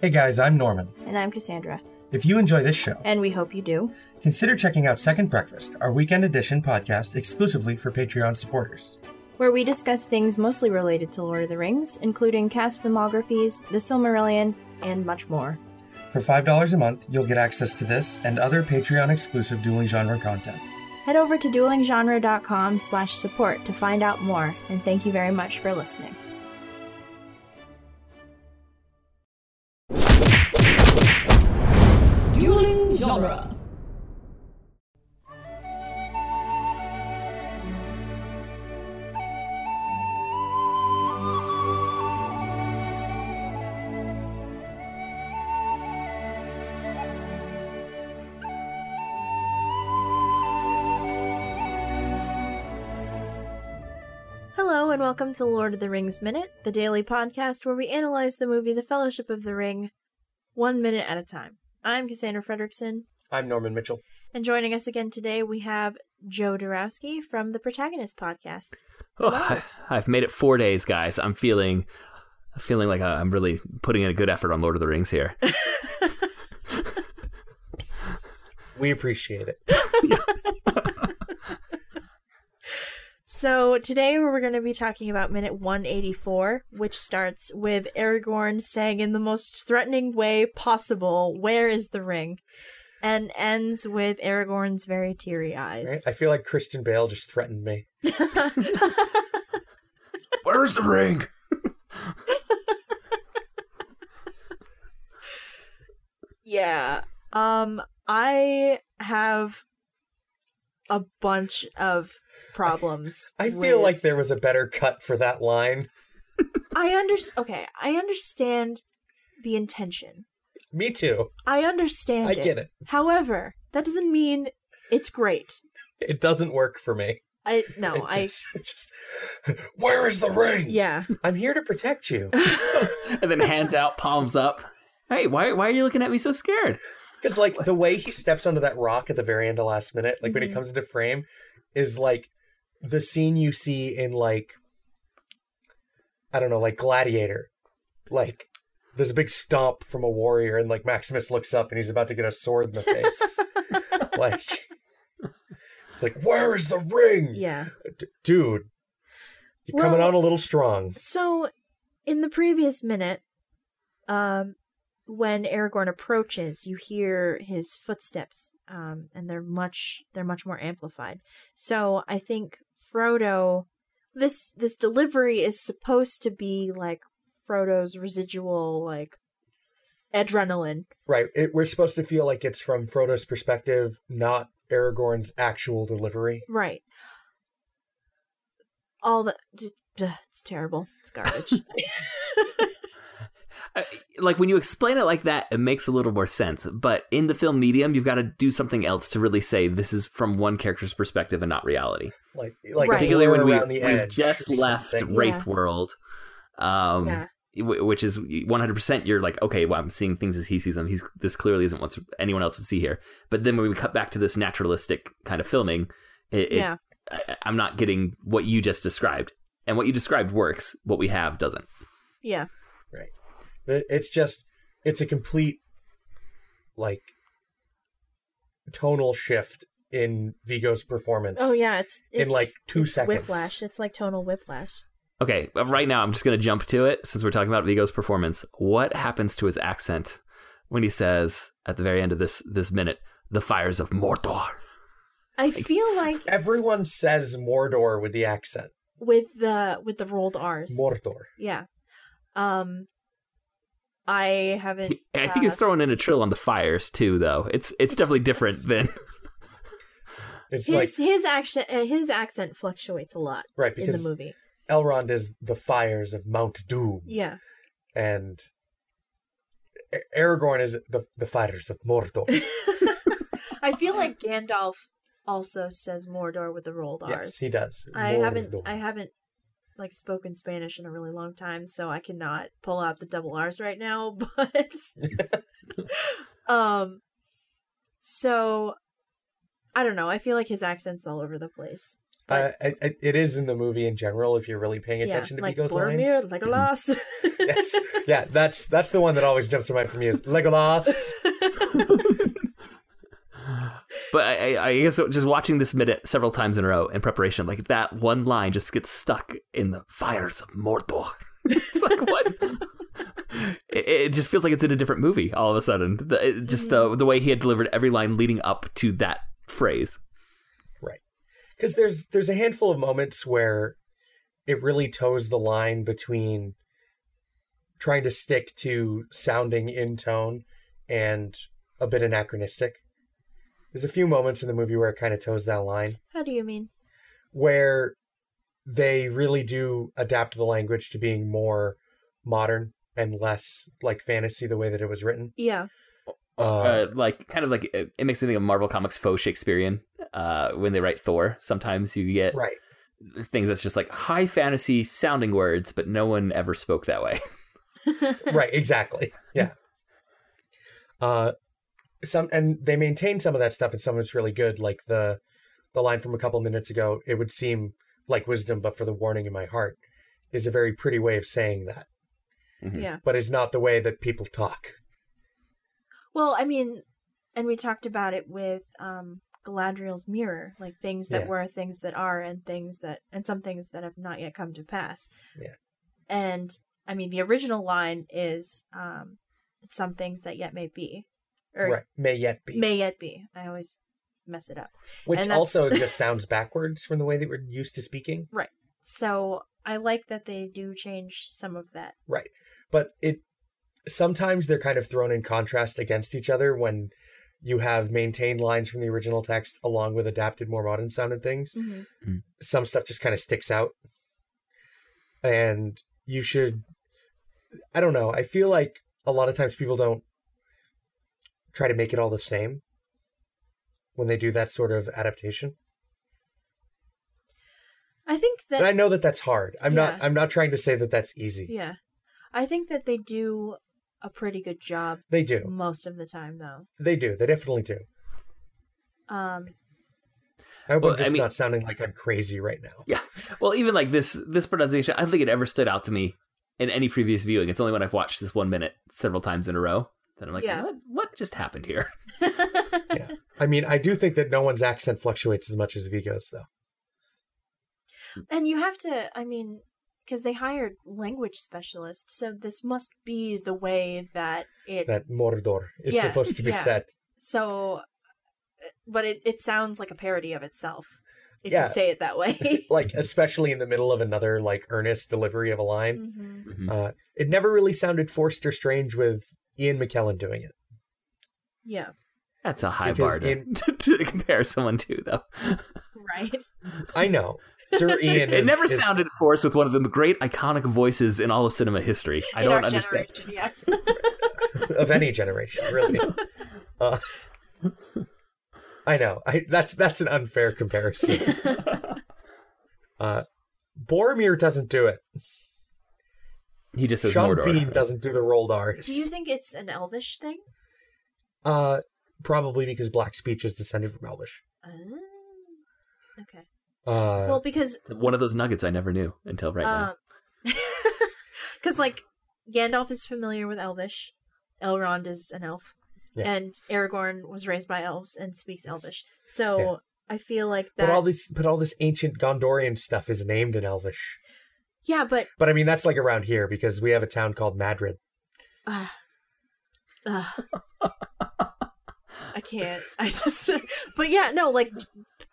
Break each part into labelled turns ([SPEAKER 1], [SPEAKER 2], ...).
[SPEAKER 1] Hey guys, I'm Norman.
[SPEAKER 2] And I'm Cassandra,
[SPEAKER 1] If you enjoy this show,
[SPEAKER 2] and we hope you do.
[SPEAKER 1] consider checking out Second Breakfast, our weekend edition podcast exclusively for Patreon supporters.
[SPEAKER 2] where we discuss things mostly related to Lord of the Rings, including cast filmographies, The Silmarillion, and much more.
[SPEAKER 1] For $5 a month, you'll get access to this and other Patreon exclusive dueling genre content.
[SPEAKER 2] Head over to duelinggenre.com slash support to find out more, and thank you very much for listening.
[SPEAKER 3] Dueling genre.
[SPEAKER 2] Hello, and welcome to Lord of the Rings Minute, the daily podcast where we analyze the movie The Fellowship of the Ring one minute at a time. I'm Cassandra Fredrickson,
[SPEAKER 1] I'm Norman Mitchell.
[SPEAKER 2] and joining us again today we have Joe Dorowski from the Protagonist Podcast.
[SPEAKER 4] Oh, I, I've made it four days, guys. I'm feeling, feeling like I- I'm really putting in a good effort on Lord of the Rings here.
[SPEAKER 1] We appreciate it.
[SPEAKER 2] So today we're going to be talking about minute 184, which starts with Aragorn saying in the most threatening way possible, "Where is the ring?" and ends with Aragorn's very teary eyes.
[SPEAKER 1] feel like Christian Bale just threatened me.
[SPEAKER 4] Where's the ring?
[SPEAKER 2] yeah. Um I have a bunch of problems. with-
[SPEAKER 1] there was a better cut for that line.
[SPEAKER 2] I understand okay, I understand the intention.
[SPEAKER 1] Me too.
[SPEAKER 2] I understand
[SPEAKER 1] I get it.
[SPEAKER 2] However, that doesn't mean it's great.
[SPEAKER 1] It doesn't work for me.
[SPEAKER 2] I no,
[SPEAKER 1] It
[SPEAKER 2] I
[SPEAKER 1] just- it just- where is the ring?
[SPEAKER 2] yeah.
[SPEAKER 1] I'm here to protect you
[SPEAKER 4] And then hands out, palms up. Hey, why, why are you looking at me so scared?
[SPEAKER 1] because like the way he steps onto that rock at the very end of last minute, like when he
[SPEAKER 2] Mhm.
[SPEAKER 1] comes into frame, is like the scene you see in like I don't know, like Gladiator, like. There's a big stomp from a warrior, and like Maximus looks up and he's about to get a sword in the face. like, it's like, where is the ring?
[SPEAKER 2] Yeah.
[SPEAKER 1] D- dude, you're coming
[SPEAKER 2] Well-
[SPEAKER 1] on a little strong.
[SPEAKER 2] So, in the previous minute, um, when Aragorn approaches, you hear his footsteps, um, and they're much they're much more amplified. So I think Frodo, this this delivery is supposed to be like Frodo's residual like adrenaline.
[SPEAKER 1] Right. It, we're supposed to feel like it's from Frodo's perspective, not Aragorn's actual delivery.
[SPEAKER 2] Right. All the d- d- it's terrible. It's garbage.
[SPEAKER 4] I- Like when you explain it like that, it makes a little more sense. But in the film medium, you've got to do something else to really say this is from one character's perspective and not reality.
[SPEAKER 1] Like, like
[SPEAKER 2] Right.
[SPEAKER 4] Particularly when we,
[SPEAKER 1] around the
[SPEAKER 4] we've
[SPEAKER 1] edge
[SPEAKER 4] just
[SPEAKER 1] or
[SPEAKER 4] left
[SPEAKER 1] something.
[SPEAKER 4] Wraith World. Um,
[SPEAKER 2] yeah.
[SPEAKER 4] wh- which is 100% you're like okay well i'm seeing things as he sees them he's this clearly isn't what anyone else would see here but then when we cut back to this naturalistic kind of filming it, it-
[SPEAKER 2] Yeah.
[SPEAKER 4] I, i'm not getting what you just described and what you described works what we have doesn't
[SPEAKER 2] Yeah.
[SPEAKER 1] It- It's just, it's a complete, like, tonal shift in Vigo's performance.
[SPEAKER 2] Oh yeah, it's, it's
[SPEAKER 1] In, like, two
[SPEAKER 2] it's
[SPEAKER 1] seconds.
[SPEAKER 2] Whiplash. It's like tonal whiplash.
[SPEAKER 4] okay but right now i'm just going to jump to it since we're talking about vigo's performance what happens to his accent when he says at the very end of this this minute the fires of mordor
[SPEAKER 2] I feel like
[SPEAKER 1] Everyone says Mordor with the accent.
[SPEAKER 2] with the with the rolled R's.
[SPEAKER 1] Mordor.
[SPEAKER 2] Yeah. Um I haven't
[SPEAKER 4] He- i think he's
[SPEAKER 2] Yes.
[SPEAKER 4] throwing in a trill on the fires too though it's it's definitely different than
[SPEAKER 1] It's
[SPEAKER 2] his
[SPEAKER 1] like,
[SPEAKER 2] his accent uh, his accent fluctuates a lot
[SPEAKER 1] right,
[SPEAKER 2] in the
[SPEAKER 1] because
[SPEAKER 2] movie.
[SPEAKER 1] Elrond is the fires of Mount Doom.
[SPEAKER 2] Yeah.
[SPEAKER 1] and A- Aragorn is the the fighters of Mordor.
[SPEAKER 2] I feel like Gandalf also says Mordor with the rolled R's.
[SPEAKER 1] yes, he does.
[SPEAKER 2] I haven't
[SPEAKER 1] Mordor.
[SPEAKER 2] I haven't like spoken Spanish in a really long time, so I cannot pull out the double R's right now, but um so I don't know, I feel like his accent's all over the place.
[SPEAKER 1] Uh,
[SPEAKER 2] But
[SPEAKER 1] it, it- it is in the movie in general if you're really paying attention to
[SPEAKER 2] like
[SPEAKER 1] Vigo's
[SPEAKER 2] Boromir,
[SPEAKER 1] lines.
[SPEAKER 2] Legolas.
[SPEAKER 1] Yes. Yeah, that's that's the one that always jumps to mind for me is Legolas.
[SPEAKER 4] But I, I, I guess just watching this minute several times in a row in preparation, like that one line just gets stuck in the fires of Mordor. it's like what? it, it just feels like it's in a different movie all of a sudden. The, it, just the the way he had delivered every line leading up to that phrase.
[SPEAKER 1] because there's there's a handful of moments where it really toes the line between trying to stick to sounding in tone and a bit anachronistic. There's a few moments in the movie where it kind of toes that line,
[SPEAKER 2] How do you mean?
[SPEAKER 1] where they really do adapt the language to being more modern and less like fantasy the way that it was written.
[SPEAKER 2] Yeah.
[SPEAKER 1] Uh,
[SPEAKER 4] uh, like kind of like it, it makes me think of Marvel Comics faux Shakespearean. Uh, when they write Thor, sometimes you get
[SPEAKER 1] right.
[SPEAKER 4] things that's just like high fantasy sounding words, but no one ever spoke that way.
[SPEAKER 1] right exactly yeah uh some and they maintain some of that stuff and some of it's really good like the the line from a couple minutes ago it would seem like wisdom but for the warning in my heart is a very pretty way of saying that
[SPEAKER 4] Mhm.
[SPEAKER 2] Yeah.
[SPEAKER 1] but is not the way that people talk
[SPEAKER 2] Well, I mean, and we talked about it with um, Galadriel's mirror, like things that
[SPEAKER 1] Yeah.
[SPEAKER 2] were, things that are, and things that, and some things that have not yet come to pass.
[SPEAKER 1] Yeah.
[SPEAKER 2] And I mean, the original line is um, some things that yet may be, or
[SPEAKER 1] right may yet be
[SPEAKER 2] may yet be. I always mess it up.
[SPEAKER 1] which
[SPEAKER 2] and
[SPEAKER 1] also
[SPEAKER 2] that's-
[SPEAKER 1] just sounds backwards from the way that we're used to speaking
[SPEAKER 2] So I like that they do change some of that.
[SPEAKER 1] but it sometimes they're kind of thrown in contrast against each other when you have maintained lines from the original text along with adapted more modern sounding things some stuff just kind of sticks out and you should i don't know i feel like a lot of times people don't try to make it all the same when they do that sort of adaptation
[SPEAKER 2] I think that
[SPEAKER 1] and i know that that's hard i'm
[SPEAKER 2] Yeah.
[SPEAKER 1] not i'm not trying to say that that's easy
[SPEAKER 2] yeah, I think that they do a pretty good job
[SPEAKER 1] they do
[SPEAKER 4] Mm.
[SPEAKER 2] most of the time, though.
[SPEAKER 1] they do they definitely do
[SPEAKER 2] Um,
[SPEAKER 1] i hope
[SPEAKER 4] Well, I
[SPEAKER 1] i'm just
[SPEAKER 4] mean-
[SPEAKER 1] not sounding like i'm crazy right now
[SPEAKER 4] Yeah. Well, even like this this pronunciation, I don't think it ever stood out to me in any previous viewing. It's only when I've watched this one minute several times in a row that I'm like,
[SPEAKER 2] Yeah.
[SPEAKER 4] what what just happened here?
[SPEAKER 1] i mean i do think that no one's accent fluctuates as much as vigo's though
[SPEAKER 2] and you have to, I mean, because they hired language specialists, so this must be the way that it.
[SPEAKER 1] that mordor is
[SPEAKER 2] Yeah,
[SPEAKER 1] supposed to be
[SPEAKER 2] yeah.
[SPEAKER 1] said
[SPEAKER 2] so, eh, but it it sounds like a parody of itself if
[SPEAKER 1] Yeah.
[SPEAKER 2] you say it that way.
[SPEAKER 1] like especially in the middle of another like earnest delivery of a line
[SPEAKER 2] hmm
[SPEAKER 4] Mhm.
[SPEAKER 1] Uh, it never really sounded forced or strange with Ian McKellen doing it.
[SPEAKER 2] Yeah,
[SPEAKER 4] That's a high
[SPEAKER 1] Because
[SPEAKER 4] bar to,
[SPEAKER 1] in-
[SPEAKER 4] to, to compare someone to, though.
[SPEAKER 2] right.
[SPEAKER 1] I know, Sir Ian.
[SPEAKER 4] it
[SPEAKER 1] is-
[SPEAKER 4] never
[SPEAKER 1] is-
[SPEAKER 4] sounded forced with one of the great iconic voices in all of cinema history. I
[SPEAKER 2] In
[SPEAKER 4] don't
[SPEAKER 2] our
[SPEAKER 4] understand.
[SPEAKER 2] generation, yeah.
[SPEAKER 1] of any generation, really. Uh, I know. I, that's that's an unfair comparison. Uh, Boromir doesn't do it.
[SPEAKER 4] He just says
[SPEAKER 1] Sean
[SPEAKER 4] Mordor.
[SPEAKER 1] Bean doesn't do the rolled R's.
[SPEAKER 2] Do you think it's an Elvish thing?
[SPEAKER 1] Uh, probably because black speech is descended from Elvish.
[SPEAKER 2] Oh, okay.
[SPEAKER 1] Uh,
[SPEAKER 2] Well, because
[SPEAKER 4] One of those nuggets I never knew until right now.
[SPEAKER 2] um, because like Gandalf is familiar with Elvish, Elrond is an elf,
[SPEAKER 1] Yeah.
[SPEAKER 2] and Aragorn was raised by elves and speaks Elvish. So
[SPEAKER 1] Yeah.
[SPEAKER 2] I feel like that.
[SPEAKER 1] but all this, but all this ancient Gondorian stuff is named in Elvish.
[SPEAKER 2] yeah, but
[SPEAKER 1] But I mean, that's like around here because we have a town called Madrid.
[SPEAKER 2] uh, uh, I can't. I just. but yeah, no, like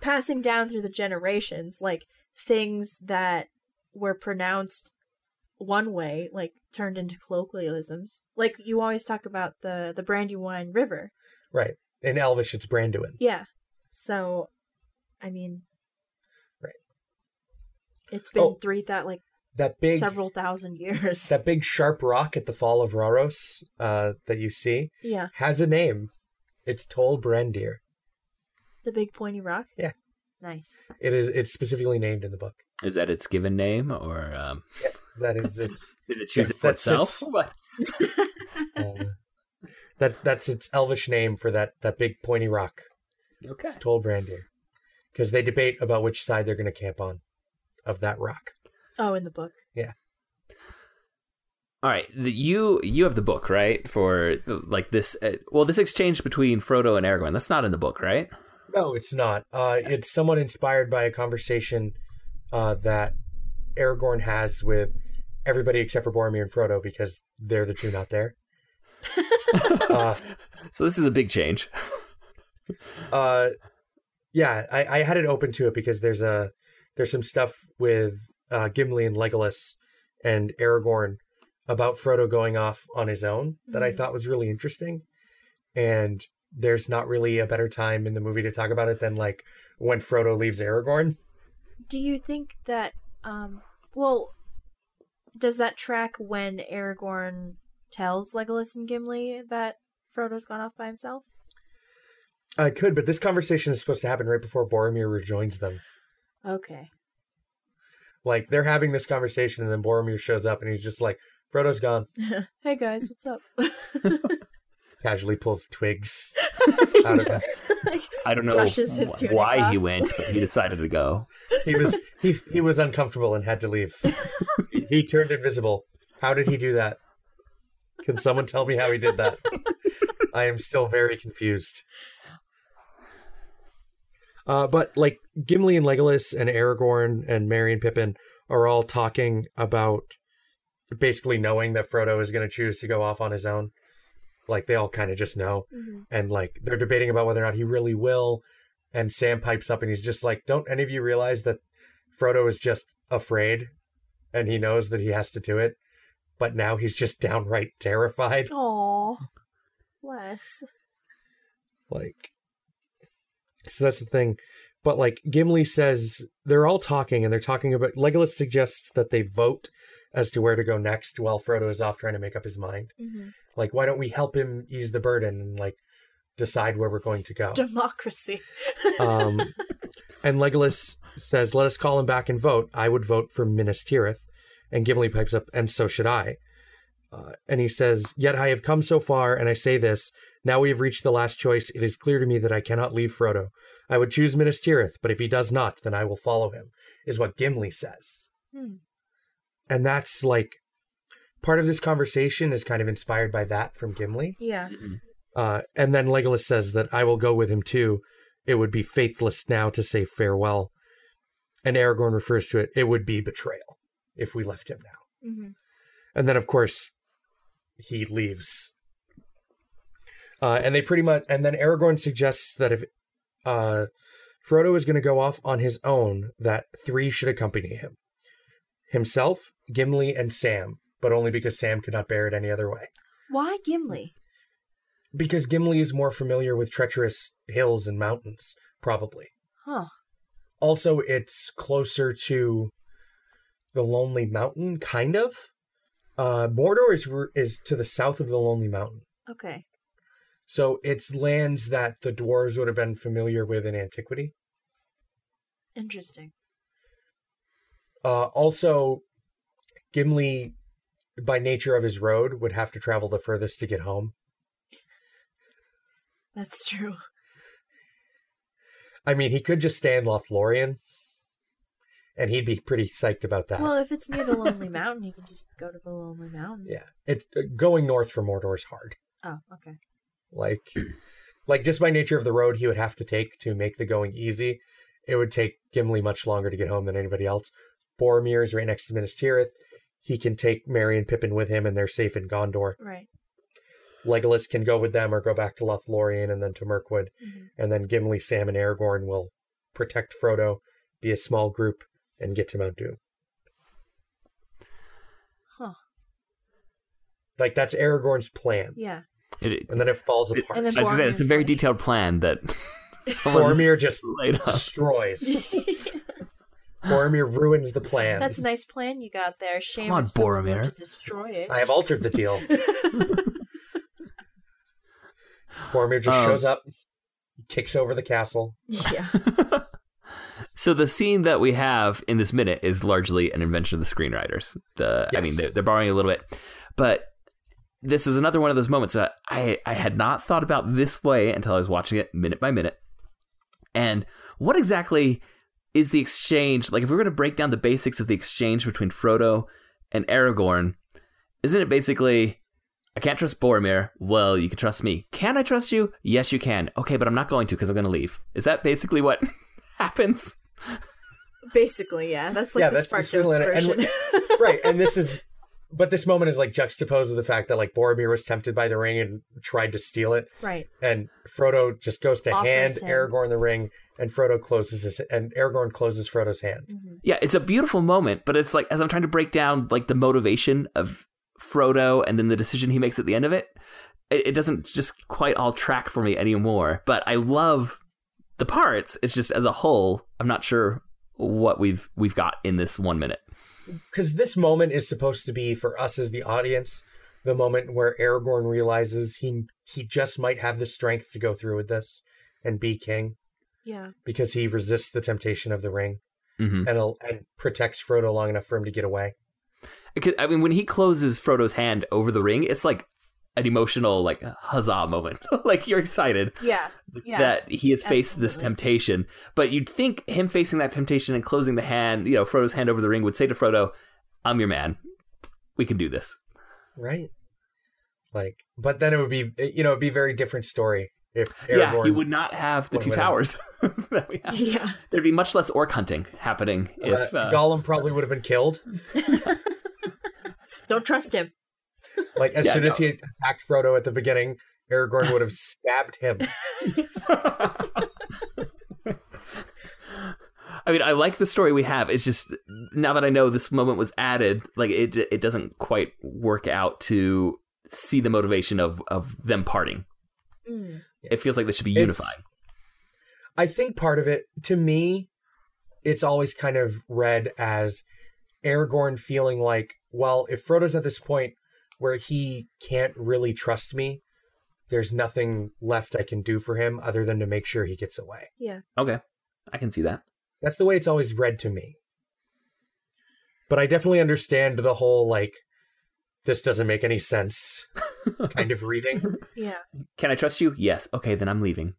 [SPEAKER 2] passing down through the generations, like things that were pronounced one way like turned into colloquialisms like you always talk about the the brandywine river
[SPEAKER 1] Right. In Elvish, it's Branduin.
[SPEAKER 2] Yeah. So, I mean,
[SPEAKER 1] Right.
[SPEAKER 2] It's been
[SPEAKER 1] Oh.
[SPEAKER 2] three that like
[SPEAKER 1] That big,
[SPEAKER 2] several thousand years.
[SPEAKER 1] that big sharp rock at the fall of Raros uh, that you see
[SPEAKER 2] yeah,
[SPEAKER 1] has a name. It's Tol Brandir.
[SPEAKER 2] the big pointy rock.
[SPEAKER 1] Yeah.
[SPEAKER 2] Nice.
[SPEAKER 1] It is. It's specifically named in the book.
[SPEAKER 4] Is that its given name, or um,
[SPEAKER 1] That is its.
[SPEAKER 4] did it
[SPEAKER 1] Yes,
[SPEAKER 4] choose it for
[SPEAKER 1] that's its-
[SPEAKER 4] itself? What?
[SPEAKER 1] Uh, that that's its Elvish name for that that big pointy rock.
[SPEAKER 4] Okay.
[SPEAKER 1] It's Tol Brandir. because they debate about which side they're going to camp on of that rock.
[SPEAKER 2] Oh, in the book.
[SPEAKER 4] All right, the, you you have the book right for like this. Uh, well, this exchange between Frodo and Aragorn that's not in the book, right?
[SPEAKER 1] No, it's not. Uh, it's somewhat inspired by a conversation uh, that Aragorn has with everybody except for Boromir and Frodo because they're the two not there. uh,
[SPEAKER 4] So this is a big change.
[SPEAKER 1] uh, yeah, I, I had it open to it because there's a there's some stuff with uh, Gimli and Legolas and Aragorn about Frodo going off on his own that I
[SPEAKER 2] Mhm.
[SPEAKER 1] thought was really interesting, and there's not really a better time in the movie to talk about it than like when Frodo leaves Aragorn.
[SPEAKER 2] Do you think that um well does that track when Aragorn tells Legolas and Gimli that Frodo's gone off by himself?
[SPEAKER 1] I could, but this conversation is supposed to happen right before Boromir rejoins them.
[SPEAKER 2] Okay.
[SPEAKER 1] Like they're having this conversation, and then Boromir shows up, and he's just like, "Frodo's gone."
[SPEAKER 2] Hey guys, what's up?
[SPEAKER 1] Casually pulls twigs
[SPEAKER 2] He
[SPEAKER 1] out of
[SPEAKER 2] just, like,
[SPEAKER 4] I don't know
[SPEAKER 2] Brushes his tunic
[SPEAKER 4] why he
[SPEAKER 2] off.
[SPEAKER 4] went, but he decided to go.
[SPEAKER 1] he was he he was uncomfortable and had to leave. he turned invisible. How did he do that? Can someone tell me how he did that? I am still very confused. Uh, but like Gimli and Legolas and Aragorn and Merry and Pippin are all talking about basically knowing that Frodo is going to choose to go off on his own. Like they all kind of just know
[SPEAKER 2] Mhm.
[SPEAKER 1] and like they're debating about whether or not he really will. And Sam pipes up and he's just like, "Don't any of you realize that Frodo is just afraid, and he knows that he has to do it, but now he's just downright terrified."
[SPEAKER 2] Aw. Bless.
[SPEAKER 1] Like, so that's the thing. But like Gimli says, they're all talking and they're talking about. Legolas suggests that they vote as to where to go next, while Frodo is off trying to make up his mind.
[SPEAKER 2] hmm
[SPEAKER 1] Like, why don't we help him ease the burden and like decide where we're going to go?
[SPEAKER 2] Democracy.
[SPEAKER 1] Um, and Legolas says, "Let us call him back and vote." I would vote for Minas Tirith, and Gimli pipes up, "And so should I." Uh, and he says, "Yet I have come so far, and I say this: now we have reached the last choice. It is clear to me that I cannot leave Frodo. I would choose Minas Tirith, but if he does not, then I will follow him." Is what Gimli says,
[SPEAKER 2] Hmm.
[SPEAKER 1] and that's like part of this conversation is kind of inspired by that from Gimli.
[SPEAKER 2] Yeah.
[SPEAKER 1] Uh, and then Legolas says that I will go with him too. It would be faithless now to say farewell. And Aragorn refers to it, it would be betrayal if we left him now.
[SPEAKER 2] hmm
[SPEAKER 1] And then, of course, he leaves. Uh, and they pretty much, and then Aragorn suggests that if uh, Frodo is going to go off on his own, that three should accompany him himself, Gimli, and Sam, but only because Sam could not bear it any other way
[SPEAKER 2] Why Gimli?
[SPEAKER 1] because Gimli is more familiar with treacherous hills and mountains, probably.
[SPEAKER 2] Huh.
[SPEAKER 1] Also, it's closer to the Lonely Mountain, kind of. Uh, Mordor is is to the south of the Lonely Mountain,
[SPEAKER 2] Okay.
[SPEAKER 1] so it's lands that the dwarves would have been familiar with in antiquity.
[SPEAKER 2] Interesting.
[SPEAKER 1] Uh, also, Gimli, by nature of his road, would have to travel the furthest to get home.
[SPEAKER 2] That's true.
[SPEAKER 1] I mean, he could just stay in Lothlorien, and he'd be pretty psyched about that.
[SPEAKER 2] Well, if it's near the Lonely Mountain, you can just go to the Lonely Mountain.
[SPEAKER 1] Yeah, it's uh, going north from Mordor is hard.
[SPEAKER 2] Oh, okay.
[SPEAKER 1] Like, like just by nature of the road he would have to take to make the going easy, it would take Gimli much longer to get home than anybody else. Boromir is right next to Minas Tirith. He can take Merry and Pippin with him, and they're safe in Gondor.
[SPEAKER 2] Right.
[SPEAKER 1] Legolas can go with them or go back to Lothlorien and then to Mirkwood,
[SPEAKER 2] Mhm.
[SPEAKER 1] and then Gimli, Sam, and Aragorn will protect Frodo, be a small group, and get to Mount Doom.
[SPEAKER 2] Huh.
[SPEAKER 1] Like that's Aragorn's plan,
[SPEAKER 2] Yeah.
[SPEAKER 4] It,
[SPEAKER 1] and then it falls
[SPEAKER 4] It-
[SPEAKER 1] apart.
[SPEAKER 2] And then
[SPEAKER 4] I was gonna say, it's a very
[SPEAKER 2] Boromir is
[SPEAKER 4] detailed plan that someone
[SPEAKER 1] Boromir just
[SPEAKER 4] laid out.
[SPEAKER 1] destroys. Boromir ruins the plan.
[SPEAKER 2] That's a nice plan you got there. Shame
[SPEAKER 4] Come on,
[SPEAKER 2] if someone were
[SPEAKER 4] Boromir.
[SPEAKER 2] to destroy it.
[SPEAKER 1] I have altered the deal. Boromir just
[SPEAKER 4] Um,
[SPEAKER 1] shows up, kicks over the castle.
[SPEAKER 2] yeah.
[SPEAKER 4] So the scene that we have in this minute is largely an invention of the screenwriters. The I
[SPEAKER 1] Yes.
[SPEAKER 4] mean, they're, they're borrowing a little bit, but this is another one of those moments that I I had not thought about this way until I was watching it minute by minute. And what exactly is the exchange? Like, if we were going to break down the basics of the exchange between Frodo and Aragorn, isn't it basically, I can't trust Boromir. Well, you can trust me. Can I trust you? Yes, you can. Okay, but I'm not going to because I'm going to leave. Is that basically what happens?
[SPEAKER 2] Basically, yeah. That's like
[SPEAKER 1] Yeah,
[SPEAKER 2] the
[SPEAKER 1] that's-
[SPEAKER 2] spark
[SPEAKER 1] that's really- and-
[SPEAKER 2] version.
[SPEAKER 1] right and this is but this moment is like juxtaposed with the fact that like boromir was tempted by the ring and tried to steal it
[SPEAKER 2] right.
[SPEAKER 1] and frodo just goes to
[SPEAKER 2] Offers
[SPEAKER 1] hand
[SPEAKER 2] him.
[SPEAKER 1] aragorn the ring and frodo closes his and aragorn closes frodo's hand
[SPEAKER 2] hmm
[SPEAKER 4] Yeah, it's a beautiful moment, but it's like as I'm trying to break down like the motivation of Frodo and then the decision he makes at the end of it, it, it doesn't just quite all track for me anymore. But I love the parts. It's just as a whole, I'm not sure what we've we've got in this one minute.
[SPEAKER 1] because this moment is supposed to be for us as the audience the moment where aragorn realizes he he just might have the strength to go through with this and be king
[SPEAKER 2] Yeah.
[SPEAKER 1] because he resists the temptation of the ring
[SPEAKER 4] hmm
[SPEAKER 1] and, and protects frodo long enough for him to get away
[SPEAKER 4] I mean, when he closes Frodo's hand over the ring, it's like an emotional like huzzah moment. like you're excited.
[SPEAKER 2] Yeah. Yeah.
[SPEAKER 4] that he has faced this
[SPEAKER 2] absolutely.
[SPEAKER 4] temptation. But you'd think him facing that temptation and closing the hand, you know, Frodo's hand over the ring would say to Frodo, I'm your man. We can do this.
[SPEAKER 1] right? Like, but then it would be, you know, it'd be a very different story if Aragorn.
[SPEAKER 4] Yeah, he would not have the
[SPEAKER 1] One
[SPEAKER 4] two
[SPEAKER 1] way.
[SPEAKER 4] towers. that we have.
[SPEAKER 2] Yeah.
[SPEAKER 4] There'd be much less orc hunting happening if.
[SPEAKER 1] uh,
[SPEAKER 4] Uh,
[SPEAKER 1] Gollum probably would have been killed.
[SPEAKER 2] Don't trust him.
[SPEAKER 1] Like as
[SPEAKER 4] Yeah,
[SPEAKER 1] soon as he attacked Frodo at the beginning, Aragorn would have stabbed him.
[SPEAKER 4] I mean, I like the story we have. It's just now that I know this moment was added, like it it doesn't quite work out to see the motivation of of them parting.
[SPEAKER 2] Mm.
[SPEAKER 4] It feels like they should be
[SPEAKER 1] It's-
[SPEAKER 4] unified.
[SPEAKER 1] I think part of it, to me, it's always kind of read as Aragorn feeling like, well, if Frodo's at this point where he can't really trust me, there's nothing left I can do for him other than to make sure he gets away.
[SPEAKER 4] Okay, I can see that.
[SPEAKER 1] That's the way it's always read to me. But I definitely understand the whole like this doesn't make any sense kind of reading.
[SPEAKER 2] Yeah.
[SPEAKER 4] Can I trust you? Yes. Okay, then I'm leaving.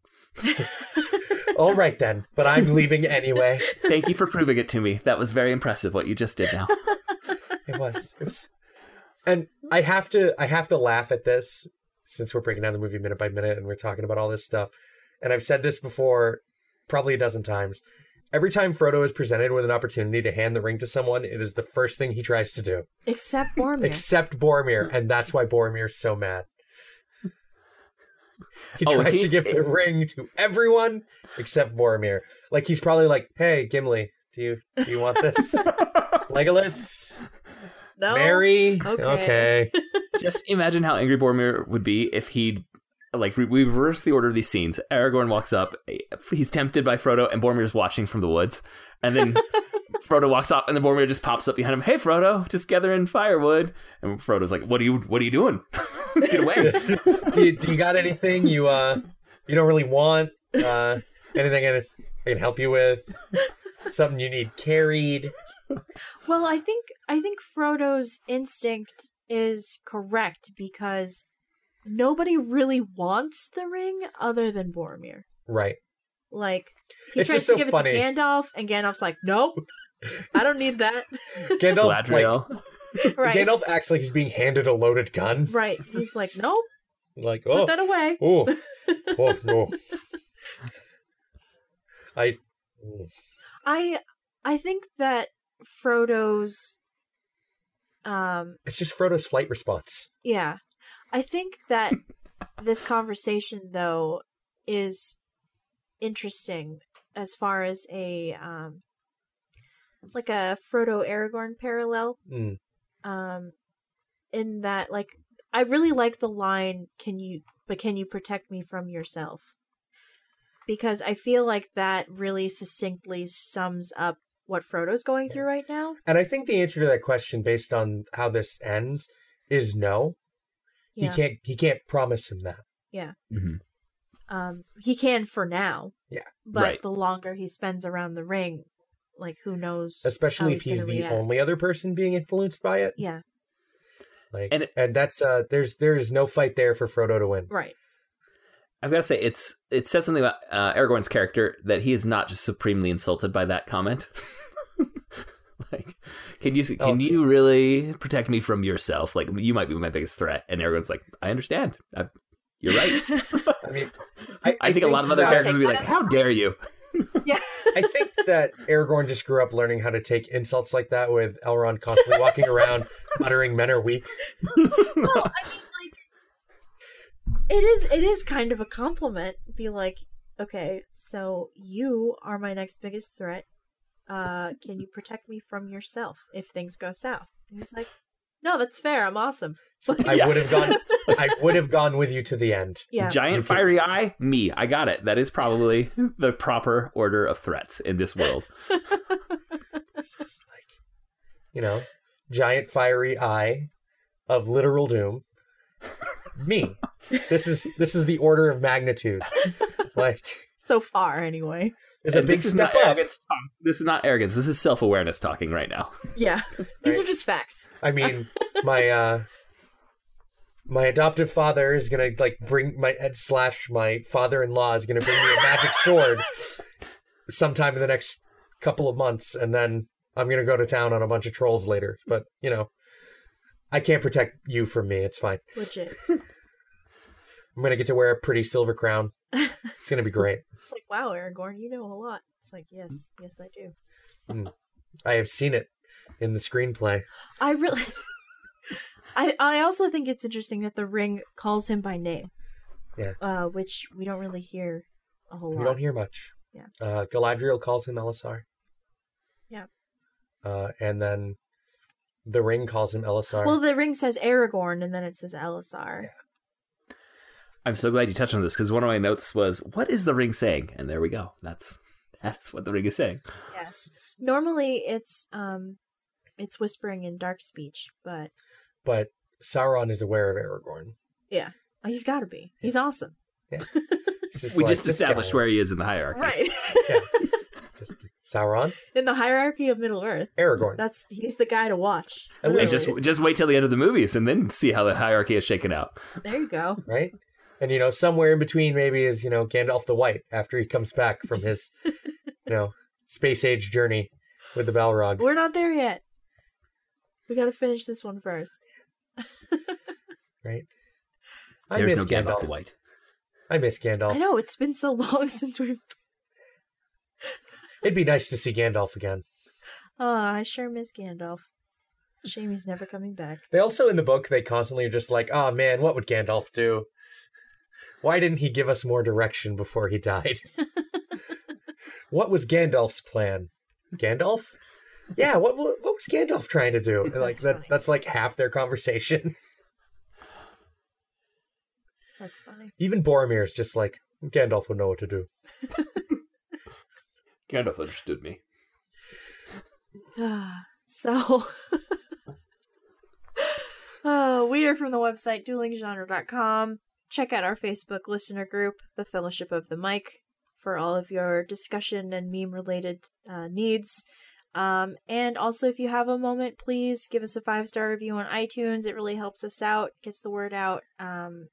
[SPEAKER 1] All right then, but I'm leaving anyway.
[SPEAKER 4] Thank you for proving it to me. That was very impressive what you just did now.
[SPEAKER 1] It was. It was And I have to I have to laugh at this since we're breaking down the movie minute by minute and we're talking about all this stuff. And I've said this before probably a dozen times. Every time Frodo is presented with an opportunity to hand the ring to someone, it is the first thing he tries to do.
[SPEAKER 2] Except Boromir.
[SPEAKER 1] except Boromir, and that's why Boromir's so mad. He
[SPEAKER 4] Oh,
[SPEAKER 1] tries to
[SPEAKER 4] he's-
[SPEAKER 1] give the ring to everyone except Boromir. Like he's probably like, "Hey, Gimli, do you do you want this? Legolas,
[SPEAKER 2] no.
[SPEAKER 1] Mary,
[SPEAKER 2] Okay.
[SPEAKER 1] okay.
[SPEAKER 4] just imagine how angry Boromir would be if he like we we reverse the order of these scenes. Aragorn walks up, he's tempted by Frodo, and Boromir's watching from the woods, and then. Frodo walks off, and then Boromir just pops up behind him. Hey, Frodo, just gathering firewood. And Frodo's like, "What are you? What are you doing? Get away!"
[SPEAKER 1] do, you, do you got anything you uh you don't really want? Uh, anything I I can help you with? Something you need carried?
[SPEAKER 2] Well, I think I think Frodo's instinct is correct because nobody really wants the ring other than Boromir.
[SPEAKER 1] Right.
[SPEAKER 2] Like he
[SPEAKER 1] It's
[SPEAKER 2] tries
[SPEAKER 1] just
[SPEAKER 2] to
[SPEAKER 1] so
[SPEAKER 2] give
[SPEAKER 1] funny.
[SPEAKER 2] it to Gandalf, and Gandalf's like, "Nope, I don't need that."
[SPEAKER 1] Gandalf, like,
[SPEAKER 4] Galadriel.
[SPEAKER 2] right,
[SPEAKER 1] Gandalf acts like he's being handed a loaded gun.
[SPEAKER 2] right. He's like, "Nope,
[SPEAKER 1] Like,
[SPEAKER 2] put
[SPEAKER 1] oh,
[SPEAKER 2] that away."
[SPEAKER 1] Oh, oh no! I
[SPEAKER 2] I I think that Frodo's um
[SPEAKER 1] it's just Frodo's flight response.
[SPEAKER 2] Yeah. I think that this conversation though is interesting as far as a um like a Frodo Aragorn parallel
[SPEAKER 1] Mm.
[SPEAKER 2] um in that like I really like the line can you but can you protect me from yourself? Because I feel like that really succinctly sums up what Frodo's going through right now.
[SPEAKER 1] And I think the answer to that question, based on how this ends, is no.
[SPEAKER 2] Yeah.
[SPEAKER 1] He can't. He can't promise him that.
[SPEAKER 4] Mhm.
[SPEAKER 2] um he can for now
[SPEAKER 1] Yeah.
[SPEAKER 2] but
[SPEAKER 4] Right.
[SPEAKER 2] the longer he spends around the ring like who knows
[SPEAKER 1] Especially
[SPEAKER 2] how
[SPEAKER 1] if he's
[SPEAKER 2] gonna
[SPEAKER 1] the
[SPEAKER 2] react.
[SPEAKER 1] only other person being influenced by it.
[SPEAKER 2] yeah
[SPEAKER 1] Like,
[SPEAKER 4] And
[SPEAKER 1] and,
[SPEAKER 4] it-
[SPEAKER 1] that's uh, there's there is no fight there for Frodo to win.
[SPEAKER 2] right
[SPEAKER 4] I've got to say it's it says something about uh, Aragorn's character that he is not just supremely insulted by that comment. like, can you can
[SPEAKER 1] Oh.
[SPEAKER 4] you really protect me from yourself? Like, you might be my biggest threat. And Aragorn's like, I understand. I, you're right.
[SPEAKER 1] I mean,
[SPEAKER 4] I,
[SPEAKER 1] I- I
[SPEAKER 4] think, a lot of
[SPEAKER 1] think
[SPEAKER 4] other
[SPEAKER 1] that-
[SPEAKER 4] characters would be
[SPEAKER 2] I'll take
[SPEAKER 4] like, how dare you?
[SPEAKER 1] I think that Aragorn just grew up learning how to take insults like that with Elrond constantly walking around muttering men are weak.
[SPEAKER 2] no, I mean like it is it is kind of a compliment. Be like, okay, so you are my next biggest threat. Uh, can you protect me from yourself if things go south? And he's like, no, that's fair. I'm awesome. Like,
[SPEAKER 1] I
[SPEAKER 4] Yeah.
[SPEAKER 1] would have gone I would have gone with you to the end.
[SPEAKER 2] yeah,
[SPEAKER 1] You
[SPEAKER 4] Giant
[SPEAKER 1] can-
[SPEAKER 4] fiery eye, me. I got it. That is probably the proper order of threats in this world.
[SPEAKER 1] It's like you know, giant fiery eye of literal doom. Me. This is this is the order of magnitude. Like
[SPEAKER 2] so far anyway.
[SPEAKER 1] it's a
[SPEAKER 4] And
[SPEAKER 1] big
[SPEAKER 4] this is
[SPEAKER 1] step
[SPEAKER 4] not
[SPEAKER 1] up.
[SPEAKER 4] arrogance talk. This is not arrogance. This is self awareness talking right now.
[SPEAKER 2] Yeah, these are
[SPEAKER 1] Right.
[SPEAKER 2] just facts.
[SPEAKER 1] I mean, my uh my adoptive father is gonna like bring my Ed slash my father in law is gonna bring me a magic sword sometime in the next couple of months, and then I'm gonna go to town on a bunch of trolls later. But you know, I can't protect you from me. It's fine.
[SPEAKER 2] Legit.
[SPEAKER 1] I'm gonna get to wear a pretty silver crown. It's gonna be great.
[SPEAKER 2] It's like, wow, Aragorn, you know a lot. It's like, yes, yes, I do.
[SPEAKER 1] I have seen it in the screenplay.
[SPEAKER 2] I really. I, I also think it's interesting that the ring calls him by name.
[SPEAKER 1] Yeah.
[SPEAKER 2] Uh, which we don't really hear a whole
[SPEAKER 1] We
[SPEAKER 2] lot.
[SPEAKER 1] don't hear much.
[SPEAKER 2] Yeah.
[SPEAKER 1] Uh, Galadriel calls him Elisar.
[SPEAKER 2] Yeah.
[SPEAKER 1] Uh, and then the ring calls him Elisar.
[SPEAKER 2] well, the ring says Aragorn and then it says Elisar.
[SPEAKER 4] I'm so glad you touched on this because one of my notes was, "What is the ring saying?" And there we go. That's that's what the ring is saying.
[SPEAKER 2] Yeah. Normally it's um it's whispering in dark speech, but
[SPEAKER 1] But Sauron is aware of Aragorn.
[SPEAKER 2] he's got to be. He's awesome.
[SPEAKER 1] It's just
[SPEAKER 4] we
[SPEAKER 1] like,
[SPEAKER 4] just
[SPEAKER 1] this
[SPEAKER 4] established
[SPEAKER 1] guy.
[SPEAKER 4] where he is in the hierarchy.
[SPEAKER 2] Right.
[SPEAKER 1] It's just like, Sauron,
[SPEAKER 2] in the hierarchy of Middle Earth,
[SPEAKER 1] Aragorn.
[SPEAKER 2] that's he's the guy to watch.
[SPEAKER 1] At
[SPEAKER 4] And
[SPEAKER 1] least-
[SPEAKER 4] just
[SPEAKER 2] Literally.
[SPEAKER 4] just wait till the end of the movies and then see how the hierarchy is shaken out.
[SPEAKER 2] there you go.
[SPEAKER 1] right? And you know, somewhere in between maybe is, you know, Gandalf the White after he comes back from his, you know, space age journey with the Balrog.
[SPEAKER 2] We're not there yet. We got to finish this one first.
[SPEAKER 1] I miss
[SPEAKER 4] There's no Gandalf
[SPEAKER 1] Gandalf.
[SPEAKER 4] the White.
[SPEAKER 1] I miss
[SPEAKER 2] I
[SPEAKER 1] Gandalf.
[SPEAKER 2] know it's been so long since we've.
[SPEAKER 1] It'd be nice to see Gandalf again.
[SPEAKER 2] Oh, I sure miss Gandalf. Shame he's never coming back.
[SPEAKER 1] They also in the book they constantly are just like, oh man, what would Gandalf do? Why didn't he give us more direction before he died? what was Gandalf's plan? Gandalf? Yeah, what what, what was Gandalf trying to do? And like
[SPEAKER 2] That's
[SPEAKER 1] that
[SPEAKER 2] funny.
[SPEAKER 1] that's like half their conversation.
[SPEAKER 2] That's funny.
[SPEAKER 1] Even Boromir's just like Gandalf would know what to do.
[SPEAKER 4] Gandalf understood me.
[SPEAKER 2] Ah, so, uh, we are from the website duelinggenre.com. Check out our Facebook listener group, the Fellowship of the Mic, for all of your discussion and meme related uh, needs. Um, and also, if you have a moment, please give us a five star review on iTunes. It really helps us out, gets the word out, um,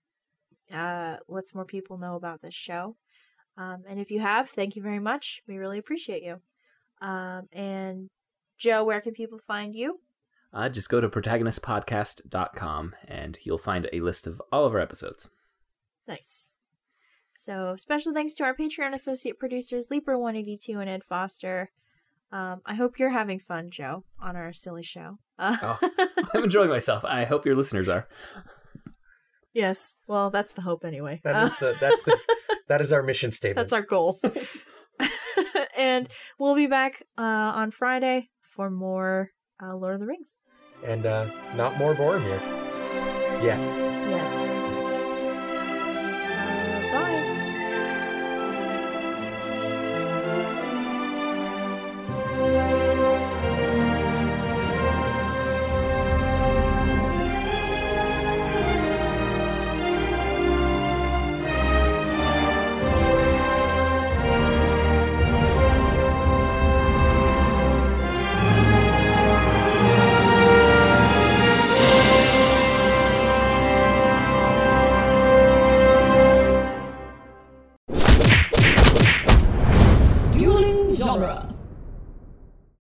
[SPEAKER 2] uh, lets more people know about this show. Um, and if you have, thank you very much. We really appreciate you. Um, and Joe, where can people find you?
[SPEAKER 4] Uh, just go to protagonistpodcast.com and you'll find a list of all of our episodes.
[SPEAKER 2] Nice. So, special thanks to our Patreon associate producers, Leaper182 and Ed Foster. Um, I hope you're having fun, Joe, on our silly show. Uh,
[SPEAKER 1] Oh.
[SPEAKER 4] I'm enjoying myself. I hope your listeners are.
[SPEAKER 2] yes. Well, that's the hope anyway.
[SPEAKER 1] That
[SPEAKER 2] Uh,
[SPEAKER 1] is the that's the that is our mission statement.
[SPEAKER 2] That's our goal. and we'll be back uh, on Friday for more uh, Lord of the Rings.
[SPEAKER 1] and uh not more Boromir. Yeah.
[SPEAKER 2] Yes. Bye.